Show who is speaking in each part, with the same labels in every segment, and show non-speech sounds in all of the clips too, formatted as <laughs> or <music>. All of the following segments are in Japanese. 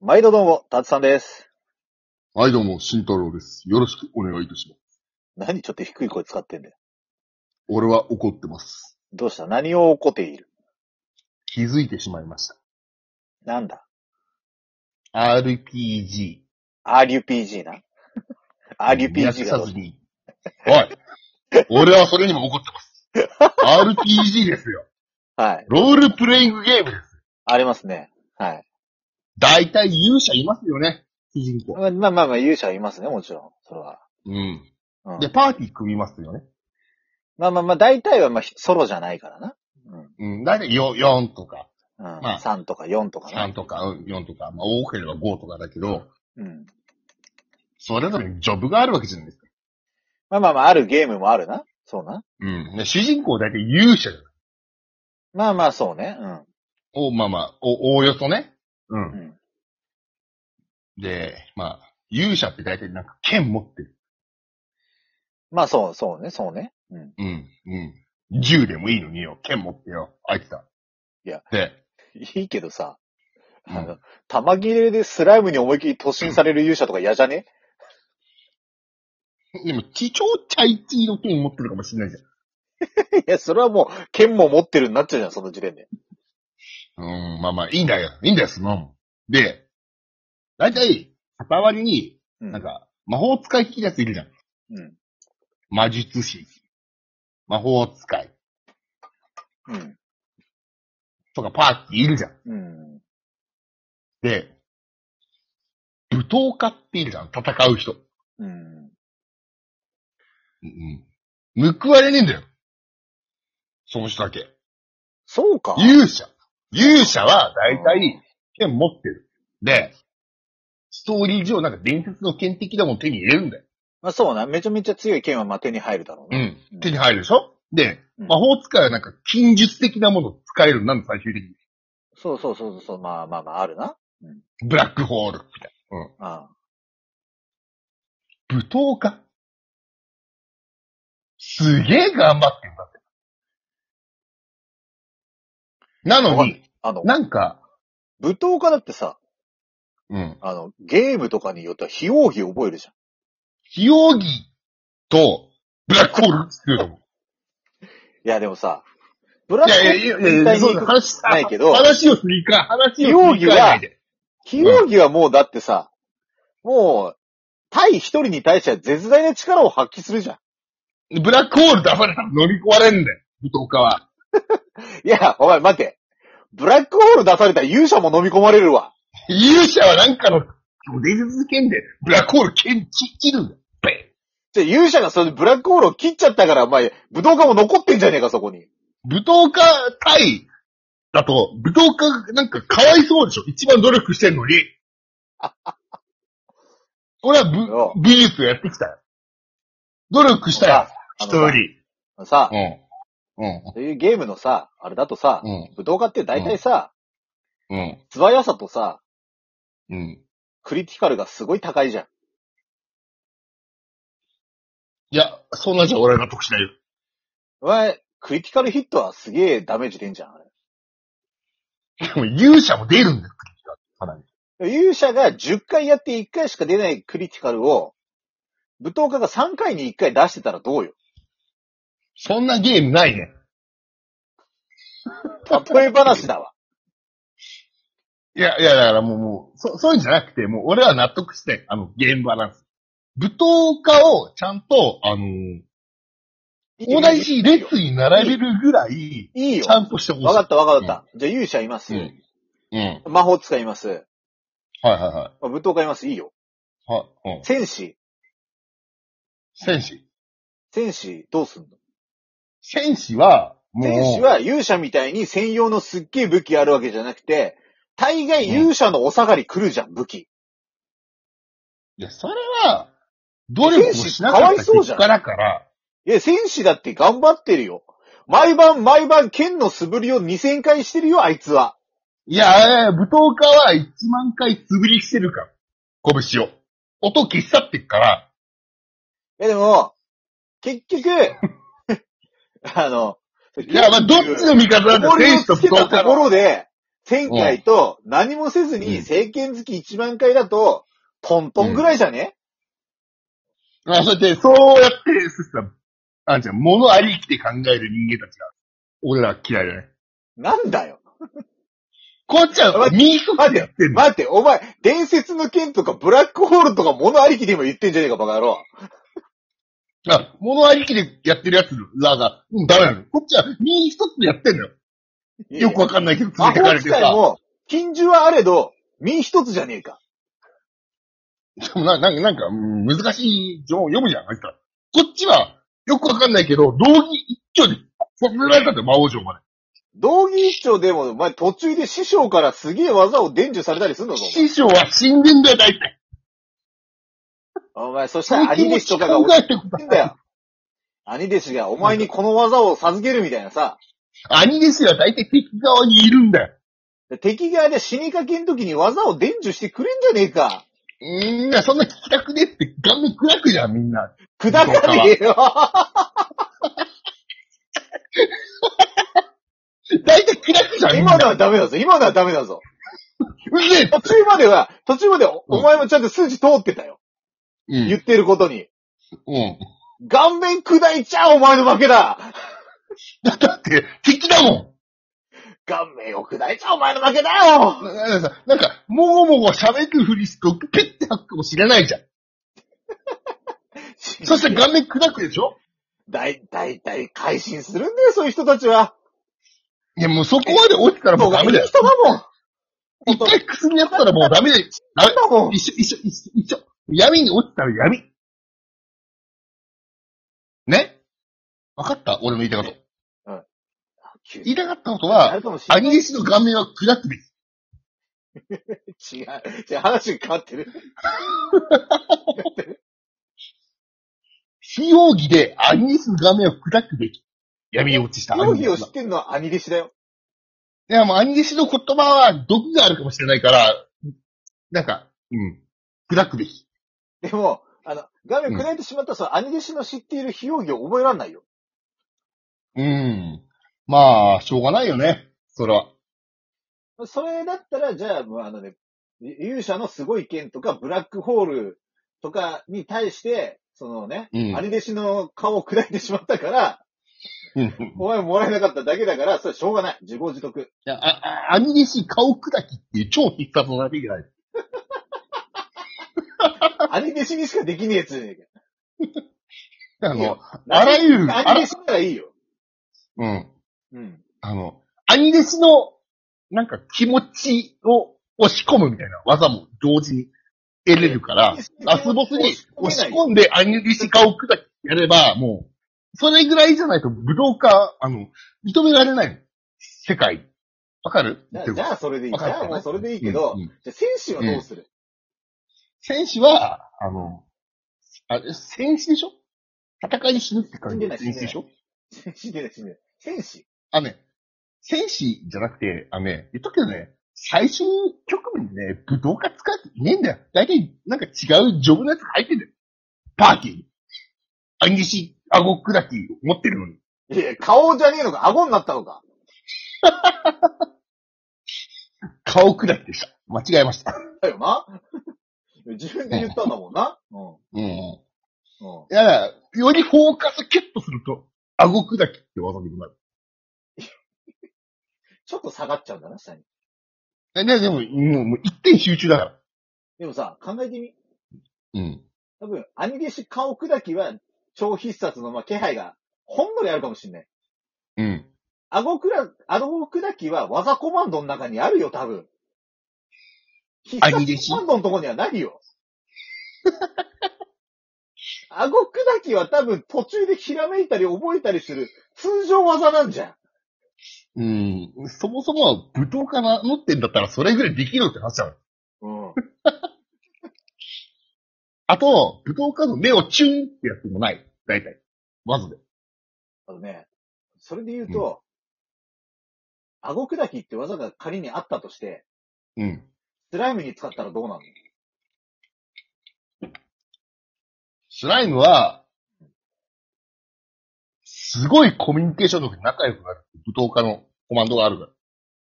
Speaker 1: 毎度どうも、たつさんです。
Speaker 2: はい、どうも、慎太郎です。よろしくお願いいたします。
Speaker 1: 何ちょっと低い声使ってんだよ。
Speaker 2: 俺は怒ってます。
Speaker 1: どうした何を怒っている
Speaker 2: 気づいてしまいました。
Speaker 1: なんだ
Speaker 2: RPG。
Speaker 1: ?RUPG
Speaker 2: <laughs>
Speaker 1: な ?RUPG がどうし
Speaker 2: に。おい俺はそれにも怒ってます。RPG ですよ。
Speaker 1: はい。
Speaker 2: ロールプレイングゲームです。
Speaker 1: ありますね。はい。
Speaker 2: だいたい勇者いますよね。主人公。
Speaker 1: まあまあまあ、勇者はいますね、もちろん。それは。
Speaker 2: うん。
Speaker 1: うん
Speaker 2: で、、パーティー組みますよね。
Speaker 1: まあまあまあ、大体はまあ、ソロじゃないからな。うん。
Speaker 2: うん。だいたいよ4とか、
Speaker 1: うん。
Speaker 2: まあ
Speaker 1: 3とか4とかな。
Speaker 2: 3とか、うん4とか、まあ多ければ5とかだけど、
Speaker 1: うん。
Speaker 2: それぞれにジョブがあるわけじゃないですか。
Speaker 1: まあまあまあ、あるゲームもあるな。そうな。
Speaker 2: うん。で主人公だいたい勇者じゃない
Speaker 1: まあまあ、そうね。うん。
Speaker 2: お、まあまあ、お、おおよそね。う。
Speaker 1: うんん。
Speaker 2: で、まあ、勇者って大体なんか剣持ってる。
Speaker 1: まあ、そう、そうね、そうね。うん。
Speaker 2: うん、うん。銃でもいいのによ、剣持ってよ、あいつだ。
Speaker 1: いや。
Speaker 2: で、
Speaker 1: いいけどさ、
Speaker 2: うん
Speaker 1: あの、玉切れでスライムに思いっきり突進される勇者とか嫌じゃね
Speaker 2: でも、ち、超ちゃいちの剣持ってるかもしれないじ
Speaker 1: いや、それはもう、剣も持ってるになっちゃうじゃん、その時点で。
Speaker 2: ゃん。うん、まあまあ、いいんだよ、いいんだよ、そのもん。で、大体、片割りに、
Speaker 1: うん。
Speaker 2: なんか、魔法使い引き出すいるじゃん。
Speaker 1: うん。
Speaker 2: 魔術師。魔法使い。
Speaker 1: うん。
Speaker 2: とか、パーティーいるじゃん。
Speaker 1: うん。
Speaker 2: で、武闘家っているじゃん、戦う人。
Speaker 1: うん。
Speaker 2: うんうん。報われねえんだよ。その人だけ。
Speaker 1: そうか。
Speaker 2: 勇者。勇者は、だいたい、剣持ってる。で、ストーリー上、なんか伝説の剣的なもん手に入れるんだよ。
Speaker 1: まあそうな。めちゃめちゃ強い剣はまあ手に入るだろう
Speaker 2: う
Speaker 1: ね。
Speaker 2: ん。手に入るでしょで、
Speaker 1: うん
Speaker 2: 魔法使いはなんか、禁術的なものを使えるようになんだ、最終的に。
Speaker 1: そうそうそうそう。まあまあまあ、あるな。
Speaker 2: ブラックホール、みたい
Speaker 1: あ
Speaker 2: な。武闘家すげえ頑張ってんだって。なのに、
Speaker 1: ああの、
Speaker 2: なんか、
Speaker 1: 武闘家だってさ、
Speaker 2: うん。
Speaker 1: あの、ゲームとかによっては、非奥義覚えるじゃん。
Speaker 2: ヒヨギとブラックホールっていうのも。
Speaker 1: いや、でもさ、ブラッ
Speaker 2: い
Speaker 1: ク
Speaker 2: やいやいやいや、
Speaker 1: ホ
Speaker 2: そ
Speaker 1: ー
Speaker 2: う
Speaker 1: ルに行
Speaker 2: だ
Speaker 1: く。
Speaker 2: 話した
Speaker 1: ないけど
Speaker 2: 話をすりか、話をすりかえないで。
Speaker 1: 非奥義はもうだってさ、もう、対一人に対しては絶大な力を発揮するじゃん。
Speaker 2: ブラックホール出されたら乗り壊れんだよ、武闘家は。
Speaker 1: いや、お前待て。ブラックホール出されたら勇者も飲み込まれるわ。
Speaker 2: 勇者はなんかの、伝説の剣で、ブラックホール剣切切るんだよ。ベッ
Speaker 1: じゃあ勇者がそれでブラックホールを切っちゃったから、お前、武道家も残ってんじゃねえか、そこに。
Speaker 2: 武闘家対だと、武闘家なんかかわいそうでしょ一番努力してんのに。俺は武、武術をやってきたよ。努力したよ、
Speaker 1: あ
Speaker 2: 一
Speaker 1: の
Speaker 2: 人。
Speaker 1: さ、
Speaker 2: うん。う
Speaker 1: そ
Speaker 2: ん。
Speaker 1: ういうゲームのさ、あれだとさ、
Speaker 2: うん。
Speaker 1: 武道家って大体さ、
Speaker 2: うん。
Speaker 1: 素早さとさ、
Speaker 2: うん。
Speaker 1: クリティカルがすごい高いじゃん。
Speaker 2: いや、そんなんじゃ俺が得しないよ。
Speaker 1: お前、クリティカルヒットはすげえダメージ出んじゃんあ
Speaker 2: でも勇者も出るんだよ、かなり。
Speaker 1: れ。勇者が10回やって1回しか出ないクリティカルを、武闘家が3回に1回出してたらどうよ。
Speaker 2: そんなゲームないね。
Speaker 1: 例え話だわ。
Speaker 2: いや、いや、だからもう、もう、そ、そういうんじゃなくて、もう俺は納得して、あの、ゲームバランス。武闘家をちゃんと、あのー、同じ列に並べるぐらい、
Speaker 1: いいよ
Speaker 2: ち。ゃんとしてほしい。
Speaker 1: わかったわかった。じゃあ勇者います
Speaker 2: う。ん。うん。はい
Speaker 1: 魔法使います。
Speaker 2: はいは
Speaker 1: まあ武闘家います。いいよ。
Speaker 2: い。は、うん。
Speaker 1: 戦士。
Speaker 2: 戦士。
Speaker 1: 戦士どうすんの
Speaker 2: 戦士は、もう、
Speaker 1: 戦士は勇者みたいに専用のすっげえ武器あるわけじゃなくて、大概勇者のお下がり来るじゃん、武器。
Speaker 2: いや、それは、努力をしなかっ
Speaker 1: 戦
Speaker 2: た
Speaker 1: 士かわいそうじゃ
Speaker 2: 結
Speaker 1: ん
Speaker 2: 果だから、
Speaker 1: いや、戦士だって頑張ってるよ。毎晩毎晩剣の素振りを2000回してるよ、あいつは。
Speaker 2: いや、えー武闘家は1万回素振りしてるから。拳を。音消し去ってっから、
Speaker 1: いや、でも、結局、 <laughs> あの、
Speaker 2: いや、まあ、どっちの味方なんだ、
Speaker 1: 重りを
Speaker 2: 選手と
Speaker 1: つ
Speaker 2: 武
Speaker 1: けた
Speaker 2: 闘家
Speaker 1: とこ
Speaker 2: の。
Speaker 1: ろで、 1000回と何もせずに
Speaker 2: うん
Speaker 1: 政権好き1万回だと、ポンポンぐらいじゃね、
Speaker 2: まあ、そうやって、そうやって、そしたら、あんちゃん、物ありきで考える人間たちが、俺ら嫌いだね。
Speaker 1: なんだよ。
Speaker 2: こっちは、
Speaker 1: 待
Speaker 2: ミーソでやってん
Speaker 1: <laughs>
Speaker 2: だ。
Speaker 1: 待って、お前、伝説の剣とかブラックホールとか物ありきで今言ってんじゃねえか、バカ野郎。
Speaker 2: あ、物ありきでやってるやつらが、うん、ダメなの。こっちは、ミーソでやってんだよ。よくわかんないけど、
Speaker 1: 魔
Speaker 2: 続けら
Speaker 1: 法
Speaker 2: れて
Speaker 1: 使
Speaker 2: さ。
Speaker 1: いも、金獣はあれど、身一つじゃねえか。
Speaker 2: しかもな、なんか、なんか、うん難しい情報読むじゃん、あいつら。こっちは、よくわかんないけど、道義一丁で、させられたんだよ、魔王城まで。
Speaker 1: 道義一丁でも、お前途中で師匠からすげえ技を伝授されたりすんの <laughs> ぞ。
Speaker 2: 師匠は死んでんだよ、大体。
Speaker 1: お前お前、そしたら兄弟子とかが
Speaker 2: 考
Speaker 1: 教
Speaker 2: えてく
Speaker 1: えてんだ <laughs> よ。兄弟子がお前にこの技を授けるみたいなさ、
Speaker 2: 兄弟子は大体敵側にいるんだよ。
Speaker 1: 敵側で死にかけん時に技を伝授してくれんじゃねえか。 <laughs>
Speaker 2: みんな、そんな聞きたくねって、ガンガン砕くじゃん、みんな。
Speaker 1: 砕かねえよ。
Speaker 2: 大体砕くじゃん、みん
Speaker 1: 今
Speaker 2: な。
Speaker 1: のはダメだぞ。今のはダメだぞ。
Speaker 2: うぜ
Speaker 1: 途中までは、途中までおお前もちゃんと数字通ってたよ。
Speaker 2: え
Speaker 1: 言ってることに。
Speaker 2: うん。うん。
Speaker 1: 顔面砕いちゃお前の負けだ。
Speaker 2: だって、敵だも
Speaker 1: 顔面を砕いちゃお前の負けだよ
Speaker 2: ん。ななんかさ、なんか、もごもご喋るふりして、ペッて吐くかもしれないじゃん。そして顔面砕くでしょ
Speaker 1: だい、だいたい改心するんだよ、そういう人たちは。
Speaker 2: いや、もうそこまで落ちたらもうダメだよ。
Speaker 1: 人だもん。
Speaker 2: 一回くすみやったらもうダメだよ。ダメ。
Speaker 1: だもん。
Speaker 2: 一緒、一緒、一緒、一緒。闇に落ちたら闇。ねわかった俺の言いたいこと。言いたかったこと
Speaker 1: あ
Speaker 2: は
Speaker 1: る、かもしれ
Speaker 2: 兄
Speaker 1: ない。
Speaker 2: 弟子の顔面は砕くべき。
Speaker 1: 違う。じゃ話が変わってる。
Speaker 2: 非容疑で兄弟子の顔面を砕くべき。闇に落ちした
Speaker 1: 容
Speaker 2: 兄
Speaker 1: 疑を知
Speaker 2: 弟子の。
Speaker 1: っ
Speaker 2: い
Speaker 1: てるのは兄弟子だよ。
Speaker 2: や、もう兄弟子の言葉は毒があるかもしれないから、なんか、うん。砕くべき。
Speaker 1: でも、あの、画面砕いてしまったら、その兄弟子の知っている非容疑を覚えられないよ。
Speaker 2: うん。まあ、しょうがないよね。それは。
Speaker 1: それだったら、じゃあ、もうあのね、勇者のすごい剣とか、ブラックホールとかに対して、そのね、
Speaker 2: うん
Speaker 1: 兄弟子の顔を砕いてしまったから、
Speaker 2: うん。
Speaker 1: お前もらえなかっただけだから、それはしょうがない。自業自得。
Speaker 2: いや、あ、あ、兄弟子顔砕きっていう超必殺技だけじゃない。
Speaker 1: 兄弟子にしかできねえやつじゃねえか。
Speaker 2: あ
Speaker 1: いや
Speaker 2: の、あらゆる、あ
Speaker 1: 兄
Speaker 2: ら
Speaker 1: 弟、子ならいいよ。
Speaker 2: うん。
Speaker 1: うん。
Speaker 2: あの、兄弟子の、なんか気持ちを押し込むみたいな技も同時に得れるから、ラスボスに押し込んで兄弟子顔砕きやれば、もう、それぐらいじゃないと武道家、あの、認められないの。世界。わかる
Speaker 1: じゃあじゃあそれでいい。
Speaker 2: わ
Speaker 1: じ
Speaker 2: かる
Speaker 1: ゃあもうそれでいいけど、
Speaker 2: うんうん
Speaker 1: じゃあ選手はどうする、
Speaker 2: 戦士は、あの、あれ、戦士でしょ戦いに死ぬって感じ
Speaker 1: 死んでない
Speaker 2: 戦士でしょ
Speaker 1: <laughs> 選手でない、選手でない。選手
Speaker 2: あのね、戦士じゃなくて、あのね、言っとくけどね、最終局面でね、武道家使っていねえんだよ。大体、なんか違うジョブのやつ入ってんだよ。パーティー。アンギシ、アゴクラキ持ってるのに。
Speaker 1: いや、顔じゃねえのか、顎になったのか。
Speaker 2: 顔クラキでした。間違えました。
Speaker 1: だよな。自分で言ったんだもんな。うん。
Speaker 2: うん。い
Speaker 1: うん。
Speaker 2: やだから、よりフォーカスキュッとすると、アゴクラキって技になる。
Speaker 1: ちょっと下がっちゃうんだな、下に。
Speaker 2: え、ね、でも、もうもう一点集中だから。
Speaker 1: でもさ、考えてみ。
Speaker 2: うん。
Speaker 1: 多分、兄弟子顔砕きは、超必殺の、まあ、気配が、ほんのりあるかもしんない。
Speaker 2: うん。
Speaker 1: 顎くら、顎砕きは技コマンドの中にあるよ、多分。必殺
Speaker 2: 兄弟子
Speaker 1: コマンドのとこにはないよ。顎砕きは多分途中でひらめいたり覚えたりする通常技なんじゃん。
Speaker 2: うん。そもそも武闘家が持ってんだったらそれぐらいできるって話だよ。
Speaker 1: うん。
Speaker 2: あと、武闘家の目をチューンってやってもない。大体。まずで。
Speaker 1: あのね、それで言うと、顎砕きって技が仮にあったとして、
Speaker 2: うん。
Speaker 1: スライムに使ったらどうなるの
Speaker 2: スライムは、すごいコミュニケーション力で仲良くなる。武闘家のコマンドがあるか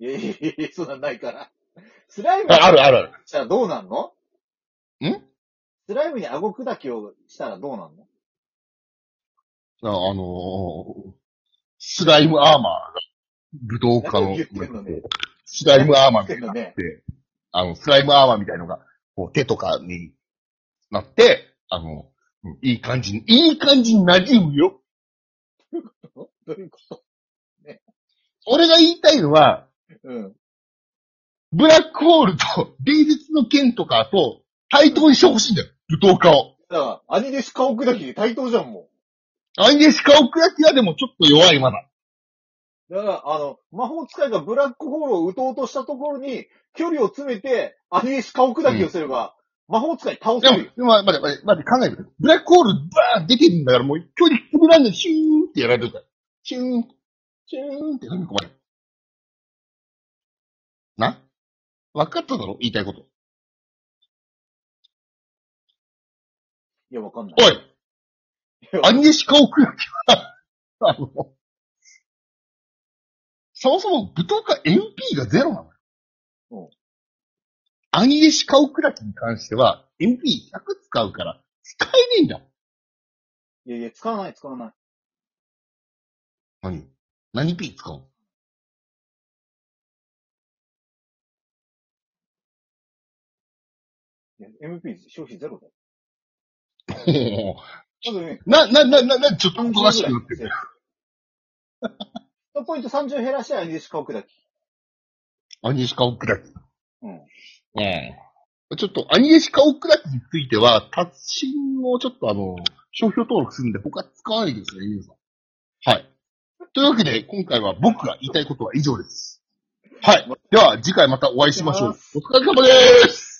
Speaker 2: ら。
Speaker 1: いやいやいや、そんなんないから。スライム
Speaker 2: ああるあるある。
Speaker 1: したらどうなんの
Speaker 2: ん
Speaker 1: スライムに顎砕きをしたらどうなんの
Speaker 2: ああのースライムアーマーが、武道家の
Speaker 1: 何言ってんのね、
Speaker 2: スライムアーマーみた
Speaker 1: け
Speaker 2: いな
Speaker 1: ど
Speaker 2: のが
Speaker 1: ね
Speaker 2: あっ。て、あの、スライムアーマーみたいのが、こう手とかになって、あの、うんいい感じに、いい感じに馴染むよ。
Speaker 1: どういうこと
Speaker 2: 俺が言いたいのは、
Speaker 1: うん。
Speaker 2: ブラックホールと、伝説の剣とかと、対等にしてほしいんだよ。武道家を。
Speaker 1: だから、兄弟子顔砕きで対等じゃん、も
Speaker 2: アンゲシカオクラキはでもちょっと弱いまだ。
Speaker 1: う。だから、あの、魔法使いがブラックホールを撃とうとしたところに、距離を詰めて、兄弟子顔砕きをすれば、魔法使い倒
Speaker 2: で
Speaker 1: せ
Speaker 2: も、
Speaker 1: るよ
Speaker 2: で。も待って待って、待って、考えてくれ。ブラックホール、バーン出てるんだから、もう距離詰めらんない、シューンってやられてるから。シューン、シューンって飲み込まれる。な分かっただろ言いたいこと。
Speaker 1: いや、わかんない。
Speaker 2: おい
Speaker 1: や
Speaker 2: アニエシカオクラキは、あの、そもそも武闘家 MP がゼロなのよ。
Speaker 1: うん
Speaker 2: アニエシカオクラキに関しては、MP100 使うから、使えねえんだ。
Speaker 1: いやいや、使わない、使わない。
Speaker 2: 何何 P 使うの
Speaker 1: いや MP 消費ゼロだよ。
Speaker 2: お
Speaker 1: 多
Speaker 2: ー
Speaker 1: 分ね、
Speaker 2: な、な、な、な、な、ちょっとおとなし
Speaker 1: 30
Speaker 2: く
Speaker 1: ぐらい
Speaker 2: なって
Speaker 1: <laughs>
Speaker 2: る。。
Speaker 1: 1ポイント30減らしたら兄弟子顔砕き。
Speaker 2: アニエシカオックラキ。
Speaker 1: うん。
Speaker 2: うん。ちょっと、アニエシカオックラキについては、達人をちょっとあの、商標登録するんで、他使わないでください、皆さん。はい。というわけで、今回は僕が言いたいことは以上です。はい。では、次回またお会いしましょう。お疲れ様です